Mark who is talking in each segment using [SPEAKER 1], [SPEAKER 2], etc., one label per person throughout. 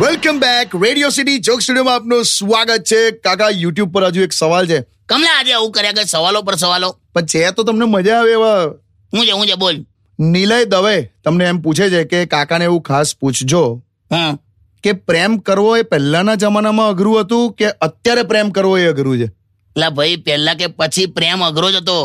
[SPEAKER 1] welcome back Radio City joke સ્ટુડિયોમાં આપનું સ્વાગત છે કાકા યુટ્યુબ પર હજુ એક સવાલ છે
[SPEAKER 2] કમલા આજે આવું કર્યા કે સવાલો પર સવાલો
[SPEAKER 1] પણ છે તો તમને મજા આવે એવા
[SPEAKER 2] હું છે હું છે બોલ
[SPEAKER 1] નિલય દવે તમને એમ પૂછે છે કે કાકાને એવું ખાસ પૂછજો
[SPEAKER 2] હમ
[SPEAKER 1] કે પ્રેમ કરવો એ પહેલાના જમાનામાં અઘરું હતું કે અત્યારે પ્રેમ કરવો એ અઘરું છે
[SPEAKER 2] લા ભાઈ પહેલા કે પછી પ્રેમ અઘરો જ હતો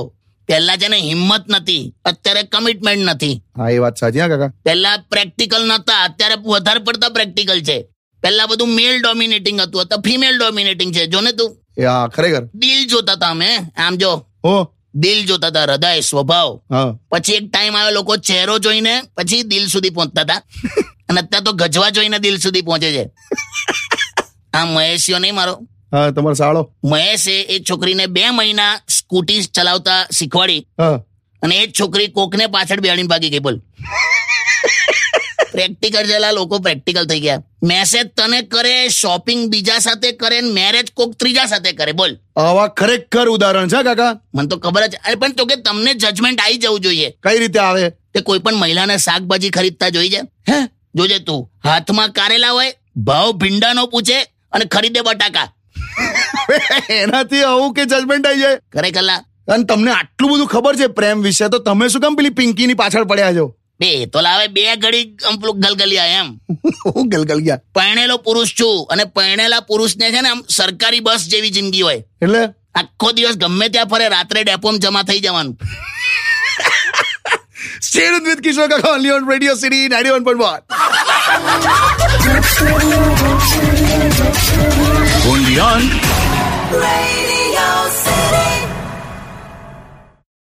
[SPEAKER 2] પહેલા છે ને હિંમત નથી અત્યારે કમિટમેન્ટ નથી
[SPEAKER 1] હા એ વાત સાચી હા કાકા
[SPEAKER 2] પહેલા પ્રેક્ટિકલ નતા અત્યારે વધારે પડતા પ્રેક્ટિકલ છે પહેલા બધું મેલ ડોમિનેટિંગ હતું અત્યારે ફિમેલ ડોમિનેટિંગ છે જો ને તું
[SPEAKER 1] એ હા ખરેખર
[SPEAKER 2] દિલ જોતા હતા અમે આમ જો
[SPEAKER 1] હો
[SPEAKER 2] દિલ જોતા હતા હૃદય સ્વભાવ
[SPEAKER 1] હા
[SPEAKER 2] પછી એક ટાઈમ આવ્યો લોકો ચહેરો જોઈને પછી દિલ સુધી પહોંચતા હતા અને અત્યારે તો ગજવા જોઈને દિલ સુધી પહોંચે છે આ મહેશિયો નહીં મારો
[SPEAKER 1] હા તમારો સાળો
[SPEAKER 2] મહેશે એ છોકરીને બે મહિના સ્કૂટી ચલાવતા શીખવાડી
[SPEAKER 1] હા
[SPEAKER 2] અને એ જ છોકરી કોકને પાછળ બેડીને ભાગી ગઈ બોલ પ્રેક્ટિકલ જેલા લોકો પ્રેક્ટિકલ થઈ ગયા મેસેજ તને કરે શોપિંગ બીજા સાથે કરે ને મેરેજ કોક ત્રીજા સાથે કરે બોલ
[SPEAKER 1] આવા ખરેખર ઉદાહરણ છે હા કાકા
[SPEAKER 2] મને તો ખબર જ અરે પણ તો કે તમને જજમેન્ટ આવી જવું જોઈએ
[SPEAKER 1] કઈ રીતે આવે
[SPEAKER 2] તે કોઈ પણ મહિલાને શાકભાજી ખરીદતા જોઈ છે હે જોજે તું હાથમાં કારેલા હોય ભાવ ભીંડાનો પૂછે અને ખરીદે બટાકા
[SPEAKER 1] એનાથી આવું કે જજમેન્ટ આવી જાય
[SPEAKER 2] ખરેખર લા,
[SPEAKER 1] અને તમને આટલું બધું ખબર છે પ્રેમ વિશે તો તમે શું કામ પેલી પિંકીની પાછળ પડ્યા છો
[SPEAKER 2] બે તો લાવે બે ઘડી આમ પેલું ગલગલિયા એમ
[SPEAKER 1] હું ગલગલ ગયા
[SPEAKER 2] પરણેલો પુરુષ છું અને પરણેલા પુરુષને છે ને આમ સરકારી બસ જેવી જિંદગી હોય
[SPEAKER 1] એટલે
[SPEAKER 2] આખો દિવસ ગમે ત્યાં ફરે રાત્રે ડેપોમાં જમા થઈ જવાનું
[SPEAKER 1] સ્ટેડ વિથ કિશોર કાકા only on Radio City 91.1
[SPEAKER 3] only on
[SPEAKER 4] Radio